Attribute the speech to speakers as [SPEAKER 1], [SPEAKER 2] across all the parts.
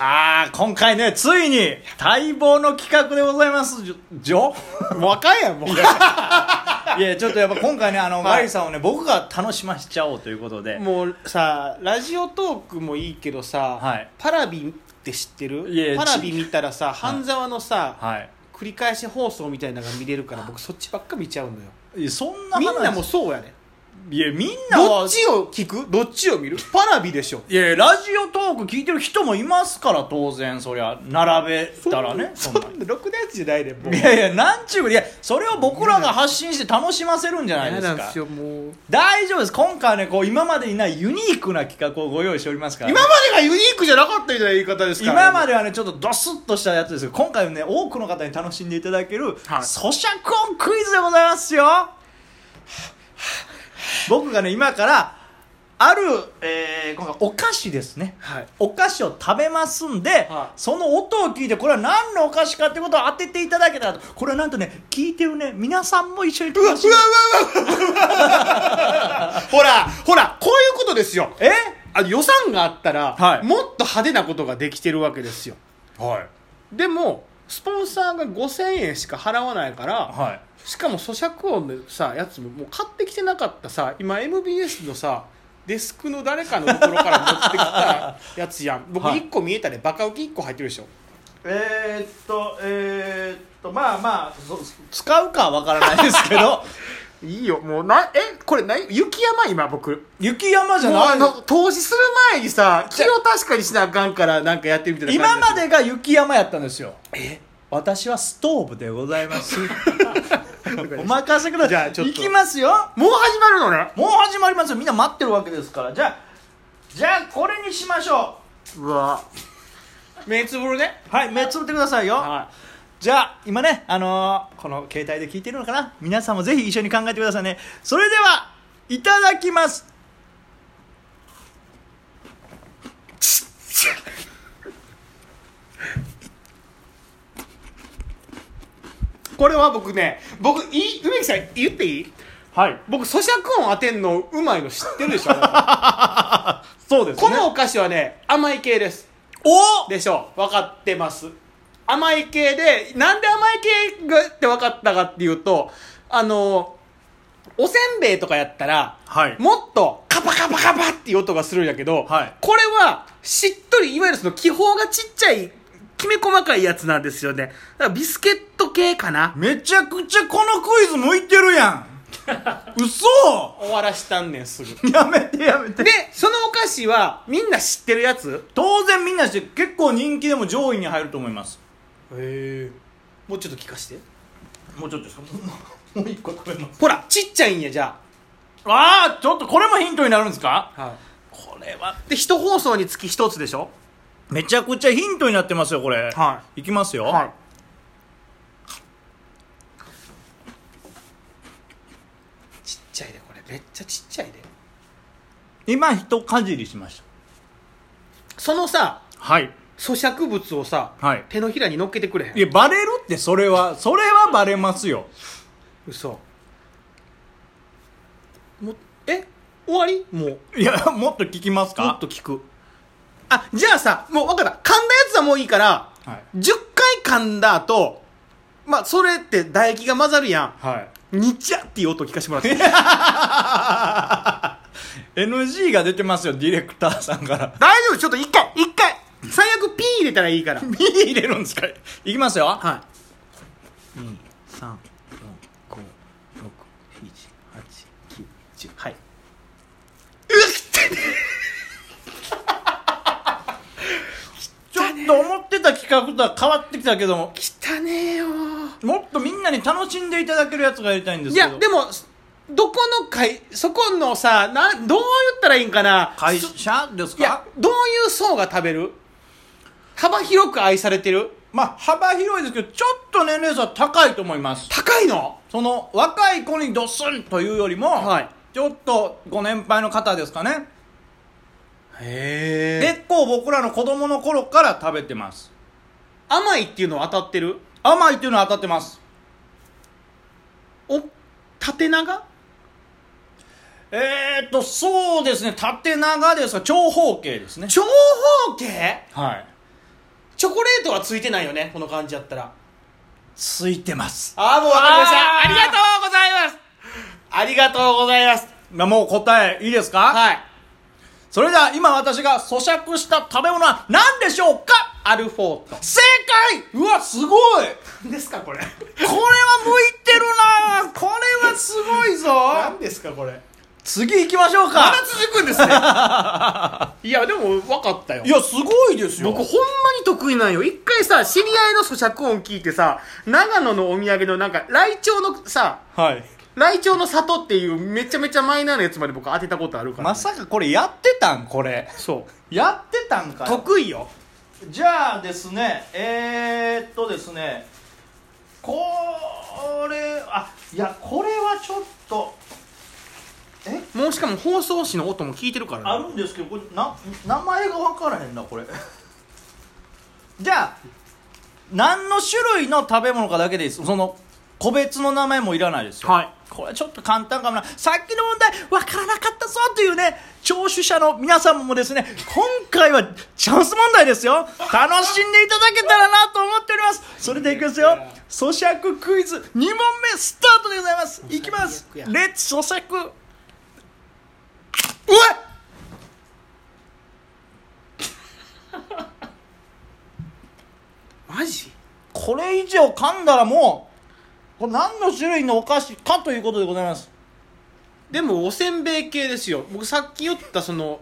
[SPEAKER 1] やー、今回ね、ついに、待望の企画でございます、じょ、じょ
[SPEAKER 2] 若いやんもう
[SPEAKER 1] いや、ちょっとやっぱ今回ね、あの、
[SPEAKER 2] い
[SPEAKER 1] マリさんをね、僕が楽しましちゃおうということで。
[SPEAKER 2] もうさラジオトークもいいけどさ、
[SPEAKER 1] はい
[SPEAKER 2] パラビって知ってる
[SPEAKER 1] いやいや
[SPEAKER 2] パラビ見たらさ半沢のさ、
[SPEAKER 1] はい
[SPEAKER 2] 繰り返し放送みたいなのが見れるから僕そっちばっか見ちゃうのよ
[SPEAKER 1] いや。そんな
[SPEAKER 2] み
[SPEAKER 1] 話。
[SPEAKER 2] んなもそうやね
[SPEAKER 1] いや、みんな
[SPEAKER 2] ど
[SPEAKER 1] は
[SPEAKER 2] っ、ちを聞くどっちを見るパラビでしょ
[SPEAKER 1] いや、ラジオトーク聞いてる人もいますから、当然、そりゃ、並べたらね。
[SPEAKER 2] そん
[SPEAKER 1] そ
[SPEAKER 2] なん
[SPEAKER 1] な
[SPEAKER 2] ろくなやつじゃないでもう
[SPEAKER 1] いやいや、なんちゅうこと、いや、それを僕らが発信して楽しませるんじゃないで
[SPEAKER 2] 嫌
[SPEAKER 1] す
[SPEAKER 2] なん
[SPEAKER 1] か
[SPEAKER 2] です。よもう
[SPEAKER 1] 大丈夫です。今回はね、こう、今までにないユニークな企画をご用意しておりますから、
[SPEAKER 2] 今までがユニークじゃなかったみたいな言い方ですから
[SPEAKER 1] 今まではね、ちょっとドスッとしたやつですけど、今回はね、多くの方に楽しんでいただける、
[SPEAKER 2] はい
[SPEAKER 1] 咀嚼音クイズでございますよ僕がね、今から、ある、えー、今回お菓子ですね。
[SPEAKER 2] はい
[SPEAKER 1] お菓子を食べますんで、
[SPEAKER 2] はい
[SPEAKER 1] その音を聞いてこれは何のお菓子かってことを当てていただけたらとこれはなんとね聞いてるね皆さんも一緒に楽しむ
[SPEAKER 2] ほらほらこういうことですよ
[SPEAKER 1] え
[SPEAKER 2] あの予算があったら、
[SPEAKER 1] はい
[SPEAKER 2] もっと派手なことができてるわけですよ
[SPEAKER 1] はい
[SPEAKER 2] でもスポンサーが5000円しか払わないから、
[SPEAKER 1] はい
[SPEAKER 2] しかも咀嚼音のさやつももう買ってきてなかったさ今 MBS のさデスクの誰かのところから持ってきたやつやん僕
[SPEAKER 1] はい
[SPEAKER 2] 1個見えたねバカウキ1個入ってるでしょ
[SPEAKER 1] えー、っとえー、っとまあまあそ使うかはわからないですけ ど
[SPEAKER 2] いいよもうなえこれ何雪山今僕
[SPEAKER 1] 雪山じゃ
[SPEAKER 2] もうあ
[SPEAKER 1] な
[SPEAKER 2] の投資する前にさ気を確かにしなあかんからなんかやってるみた
[SPEAKER 1] い
[SPEAKER 2] いな
[SPEAKER 1] 今
[SPEAKER 2] 感じ
[SPEAKER 1] までが雪山やったんですよ
[SPEAKER 2] え
[SPEAKER 1] 私はストーブでございます お任せください
[SPEAKER 2] じゃあちょっと
[SPEAKER 1] 行きますよ
[SPEAKER 2] もう始まるのね
[SPEAKER 1] もう始まりますよみんな待ってるわけですからじゃあじゃあこれにしましょ
[SPEAKER 2] うわ目つぶるね
[SPEAKER 1] うはい目つぶってくださいよ、
[SPEAKER 2] はい
[SPEAKER 1] じゃあ今ねあのーこの携帯で聞いてるのかな皆さんもぜひ一緒に考えてくださいねそれではいただきます
[SPEAKER 2] これは僕ね僕いい梅木さん言っていい
[SPEAKER 1] はい
[SPEAKER 2] 僕咀嚼音当てんのうまいの知ってるでし ょ
[SPEAKER 1] そうですね
[SPEAKER 2] このお菓子はね甘い系です
[SPEAKER 1] お
[SPEAKER 2] でしょ分かってます甘い系でなんで甘い系がって分かったかっていうとあのおせんべいとかやったら、
[SPEAKER 1] はい
[SPEAKER 2] もっとカパカパカパっていう音がするんやけど、
[SPEAKER 1] はい
[SPEAKER 2] これはしっとりいわゆるその気泡がちっちゃいきめ細かいやつなんですよねだからビスケット系かな
[SPEAKER 1] めちゃくちゃこのクイズ向いてるや ん嘘
[SPEAKER 2] 終わらしたんねんすぐ
[SPEAKER 1] やめてやめて
[SPEAKER 2] でそのお菓子はみんな知ってるやつ
[SPEAKER 1] 当然みんなして結構人気でも上位に入ると思います
[SPEAKER 2] へえもうちょっと聞かして
[SPEAKER 1] もうちょっと ですかもう一個食べます
[SPEAKER 2] ほらちっちゃいんやじゃ
[SPEAKER 1] ああちょっとこれもヒントになるんですか
[SPEAKER 2] あ、は、
[SPEAKER 1] これはい
[SPEAKER 2] で一放送につき一つでしょ
[SPEAKER 1] めちゃくちゃヒントになってますよこれ
[SPEAKER 2] はい
[SPEAKER 1] きますよ、
[SPEAKER 2] はいちっちゃいでこれめっちゃちっちゃいで
[SPEAKER 1] 今一かじりしました
[SPEAKER 2] そのさ
[SPEAKER 1] はい
[SPEAKER 2] 咀嚼物をさ、
[SPEAKER 1] はい
[SPEAKER 2] 手のひらに乗っけてくれへん
[SPEAKER 1] いやバレるってそれはそれはバレますよ
[SPEAKER 2] 嘘もえ終わりもう
[SPEAKER 1] いやもっと聞きます
[SPEAKER 2] もっ
[SPEAKER 1] か
[SPEAKER 2] と聞くあじゃあさもう分かった噛んだやつはもういいから、
[SPEAKER 1] はい
[SPEAKER 2] 10回噛んだ後まあそれって唾液が混ざるや
[SPEAKER 1] はい
[SPEAKER 2] んにちゃっていう音聞かせてもらっていい
[SPEAKER 1] NG が出てますよディレクターさんから
[SPEAKER 2] 大丈夫ちょっと一回一回最悪ピー入れたらいいから
[SPEAKER 1] B 入れるんですかいきますよ
[SPEAKER 2] は
[SPEAKER 1] 3 4 5 6 7 8 9 10はいちょっと思ってた企画とは変わってきたけども
[SPEAKER 2] い汚ねえよ
[SPEAKER 1] もっとみんなに楽しんでいただけるやつがやりたいんで
[SPEAKER 2] い
[SPEAKER 1] すけど
[SPEAKER 2] やでもどこの会そこのさなどう言ったらいいんかな
[SPEAKER 1] 会社です
[SPEAKER 2] いや
[SPEAKER 1] か
[SPEAKER 2] どういう層が食べる幅広く愛されてる
[SPEAKER 1] まあ幅広いですけどちょっと年齢差高いと思います
[SPEAKER 2] 高いの
[SPEAKER 1] その若い子にドスンというよりも、
[SPEAKER 2] はい
[SPEAKER 1] ちょっとご年配の方ですかね
[SPEAKER 2] へえ
[SPEAKER 1] 結構僕らの子供の頃から食べてます
[SPEAKER 2] 甘いっていうのは当たってる
[SPEAKER 1] 甘いっていうのは当たってます
[SPEAKER 2] お縦長
[SPEAKER 1] えー、っとそうですね縦長ですが長方形ですね
[SPEAKER 2] 長方形
[SPEAKER 1] はい
[SPEAKER 2] 長チョコレートはついてないよねこの感じやったら
[SPEAKER 1] ついてます
[SPEAKER 2] ああもうわかりました
[SPEAKER 1] あー
[SPEAKER 2] ありがとうございますありがとうございます
[SPEAKER 1] なもう答えいいですか
[SPEAKER 2] はい
[SPEAKER 1] それでは今私が咀嚼した食べ物は何でしょうか
[SPEAKER 2] アルフォート
[SPEAKER 1] 正解うわすごい
[SPEAKER 2] 何ですかこれ
[SPEAKER 1] これは向いてるなこれはすごいぞ
[SPEAKER 2] 何ですかこれ
[SPEAKER 1] 次行きましょう
[SPEAKER 2] ま
[SPEAKER 1] か
[SPEAKER 2] だ続くんです ねいやでも分かったよ
[SPEAKER 1] いやすごいですよ
[SPEAKER 2] 僕ほんまに得意なんよ一回さ知り合いの咀嚼音聞いてさ長野のお土産のなんかライチョウのさ
[SPEAKER 1] はい
[SPEAKER 2] ライチョウの里っていうめちゃめちゃマイナーなやつまで僕当てたことあるから、
[SPEAKER 1] まさかこれやってたんこれ
[SPEAKER 2] そ
[SPEAKER 1] やってたんか
[SPEAKER 2] う
[SPEAKER 1] い
[SPEAKER 2] 得意よ
[SPEAKER 1] じゃあですねえー、っとですねこれあいやこれはちょっとえ
[SPEAKER 2] もうしかも放送紙の音も聞いてるからね
[SPEAKER 1] あるんですけどこれな名前が分からへんなこれ じゃあ何の種類の食べ物かだけでいいですその個別の名前もいらないですよ
[SPEAKER 2] はい
[SPEAKER 1] これちょっと簡単かもなさっきの問題分からなかったぞというね聴取者の皆さんもですね今回はチャンス問題ですよ楽しんでいただけたらなと思っておりますそれでいきますよ咀嚼クイズ2問目スタートでございますいきます
[SPEAKER 2] 最
[SPEAKER 1] レ
[SPEAKER 2] 悪や
[SPEAKER 1] ッツ咀嚼うわっ
[SPEAKER 2] マジ
[SPEAKER 1] これ以上噛んだらもうこれ何の種類のお菓子かということでございます
[SPEAKER 2] でもおせんべい系ですよ僕さっき言ったその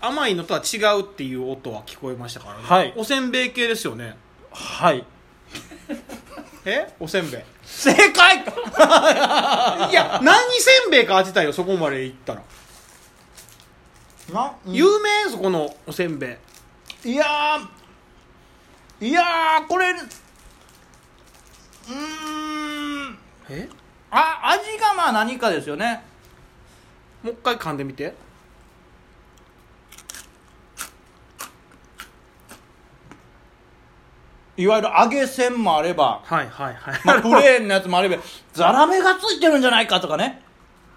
[SPEAKER 2] 甘いのとは違うっていう音は聞こえましたからね
[SPEAKER 1] はい
[SPEAKER 2] おせんべい系ですよね
[SPEAKER 1] はい
[SPEAKER 2] えおせん べい
[SPEAKER 1] 正解
[SPEAKER 2] いや何せんべいか当てたいよそこまでいったら、
[SPEAKER 1] な
[SPEAKER 2] 有名そこのおせんべい
[SPEAKER 1] いやーいやーこれうーん
[SPEAKER 2] え
[SPEAKER 1] あ味がまあ何かですよね
[SPEAKER 2] もう一回噛んでみて
[SPEAKER 1] いわゆる揚げせんもあれば、
[SPEAKER 2] はいはいはい、
[SPEAKER 1] まあ、プレーンのやつもあればザラメがついてるんじゃないかとかね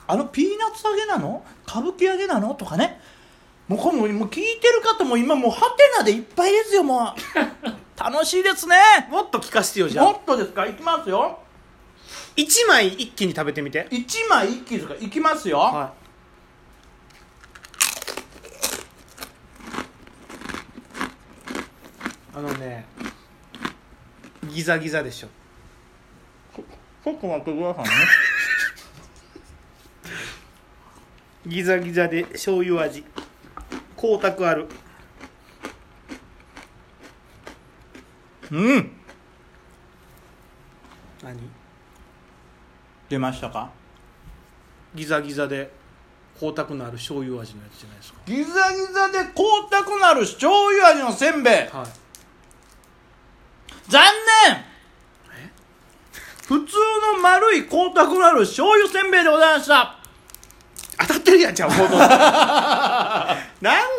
[SPEAKER 1] あのピーナッツ揚げなの歌舞伎揚げなのとかねもうこれもうもう聞いてる方も今もうハテナでいっぱいですよも う楽しいですね
[SPEAKER 2] もっと聞かせてよじゃ
[SPEAKER 1] も
[SPEAKER 2] あ
[SPEAKER 1] っとですかいきますよ
[SPEAKER 2] 1枚一気に食べてみて
[SPEAKER 1] 一枚一気ですかいきますよ、
[SPEAKER 2] はあのねギザギザでしょ
[SPEAKER 1] ちょっと待ってくださいね
[SPEAKER 2] ギザギザで醤油味光沢ある
[SPEAKER 1] うん
[SPEAKER 2] 何
[SPEAKER 1] 出ましたか
[SPEAKER 2] ギザギザで光沢のある醤油味のやつじゃないですか
[SPEAKER 1] ギザギザで光沢のある醤油味のせんべい
[SPEAKER 2] はい
[SPEAKER 1] 残念普通の丸い光沢のある醤油せんべいでございました
[SPEAKER 2] 当たってるやんじゃんほとんど な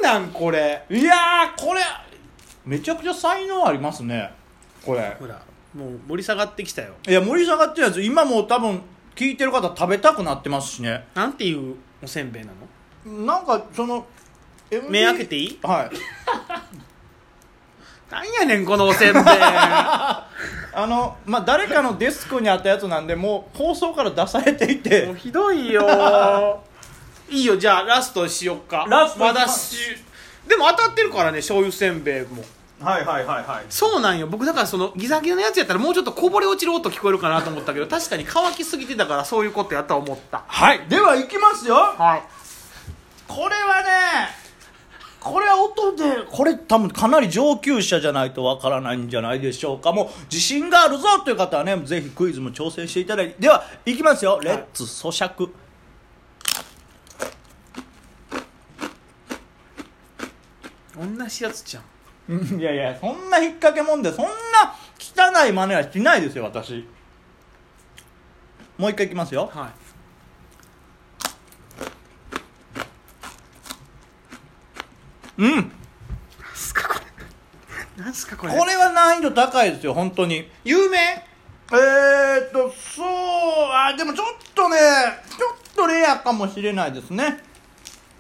[SPEAKER 2] んなんこれ
[SPEAKER 1] いやーこれめちゃくちゃ才能ありますねこれ
[SPEAKER 2] ほらもう盛り下がってきたよ
[SPEAKER 1] いや盛り下がってるやつ今もう多分聞いてる方食べたくなってますしね
[SPEAKER 2] なんていうおせんべいなの
[SPEAKER 1] なんかその MD
[SPEAKER 2] 目開けていい
[SPEAKER 1] はい
[SPEAKER 2] なんやねんこのおせんべい
[SPEAKER 1] あのまあ誰かのデスクにあったやつなんでもう放送から出されてい
[SPEAKER 2] もう
[SPEAKER 1] て
[SPEAKER 2] ひどいよいいよじゃあラストしよっか
[SPEAKER 1] ラスト
[SPEAKER 2] まだしでも当たってるからね醤油せんべいも
[SPEAKER 1] はいはいはいはい
[SPEAKER 2] そうなんよ僕だからそのギザギザのやつやったらもうちょっとこぼれ落ちる音聞こえるかなと思ったけど確かに乾きすぎてたからそういうことやとは思った
[SPEAKER 1] はいではいきますよ
[SPEAKER 2] はい
[SPEAKER 1] これはねこれは音でこれ多分かなり上級者じゃないとわからないんじゃないでしょうかもう自信があるぞという方はねぜひクイズも挑戦していただいてではいきますよレッツ咀嚼、
[SPEAKER 2] 同じやつじゃん
[SPEAKER 1] うんいやいやそんな引っ掛けもんでそんな汚い真似はしないですよ私もう一回いきますよ
[SPEAKER 2] はい
[SPEAKER 1] うん
[SPEAKER 2] 何すかこれ何すかこ
[SPEAKER 1] こ
[SPEAKER 2] れ
[SPEAKER 1] れは難易度高いですよ本当に
[SPEAKER 2] 有名
[SPEAKER 1] えーっとそうあでもちょっとねちょっとレアかもしれないですね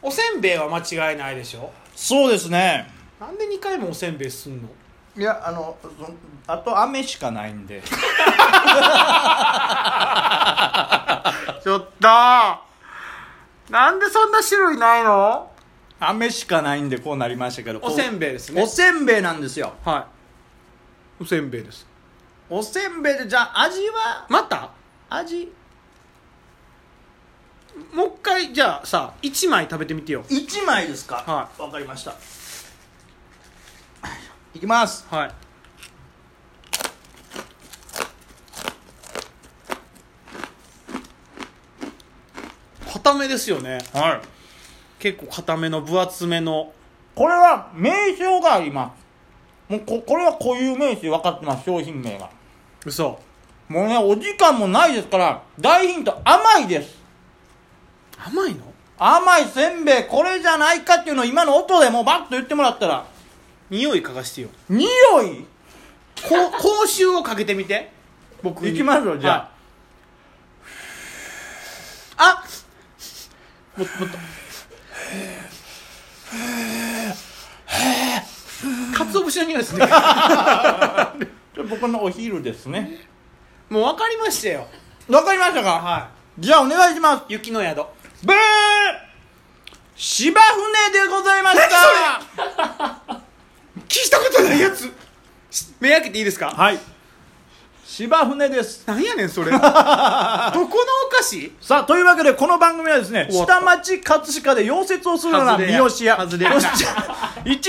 [SPEAKER 2] おせんべいは間違いないでしょ
[SPEAKER 1] そうですね
[SPEAKER 2] なんで2回もおせんべいすんの
[SPEAKER 1] いやあのそあと雨しかないんで
[SPEAKER 2] ちょっとなんでそんな種類ないの
[SPEAKER 1] 雨しかないんでこうなりましたけどこう
[SPEAKER 2] おせんべいですね
[SPEAKER 1] おせんべいなんですよ
[SPEAKER 2] はいおせんべいです
[SPEAKER 1] おせんべいでじゃあ味は
[SPEAKER 2] また
[SPEAKER 1] 味
[SPEAKER 2] もう一回じゃあさ1枚食べてみてよ
[SPEAKER 1] 1枚ですか
[SPEAKER 2] は
[SPEAKER 1] わかりましたいきます
[SPEAKER 2] はい固めですよね
[SPEAKER 1] はい
[SPEAKER 2] 結構固めの分厚めの
[SPEAKER 1] これは名称がありますもうここれは固有名詞分かってます商品名が
[SPEAKER 2] 嘘
[SPEAKER 1] もうねお時間もないですから大ヒント甘いです
[SPEAKER 2] 甘いの
[SPEAKER 1] 甘いせんべいこれじゃないかっていうのを今の音でもうバッと言ってもらったら
[SPEAKER 2] 匂い嗅がしてよ
[SPEAKER 1] 匂い
[SPEAKER 2] こ う口臭をかけてみて僕に
[SPEAKER 1] いきますよじゃあ
[SPEAKER 2] はいあもっともっとかつお節の匂いですね
[SPEAKER 1] これ僕のお昼ですね
[SPEAKER 2] もう分かりましたよ
[SPEAKER 1] わかりましたか
[SPEAKER 2] は
[SPEAKER 1] じゃあお願いします
[SPEAKER 2] い雪の宿
[SPEAKER 1] ブー芝船でございました
[SPEAKER 2] 聞いたことないやつ目開けていいですか
[SPEAKER 1] はい芝船です
[SPEAKER 2] なんやねんそ れどこのお菓子
[SPEAKER 1] さあというわけでこの番組はですね
[SPEAKER 2] 終わった
[SPEAKER 1] 下町葛飾で溶接をするような
[SPEAKER 2] 外れ
[SPEAKER 1] 三
[SPEAKER 2] や
[SPEAKER 1] 好屋
[SPEAKER 2] 外れ
[SPEAKER 1] そ
[SPEAKER 2] や
[SPEAKER 1] して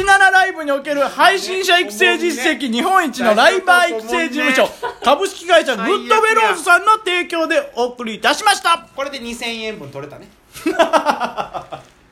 [SPEAKER 1] 17ライブにおける配信者育成実績日本一のライバー育成事務所株式会社グッドフェローズさんの提供でお送りいたしました
[SPEAKER 2] これで2000円分取れたね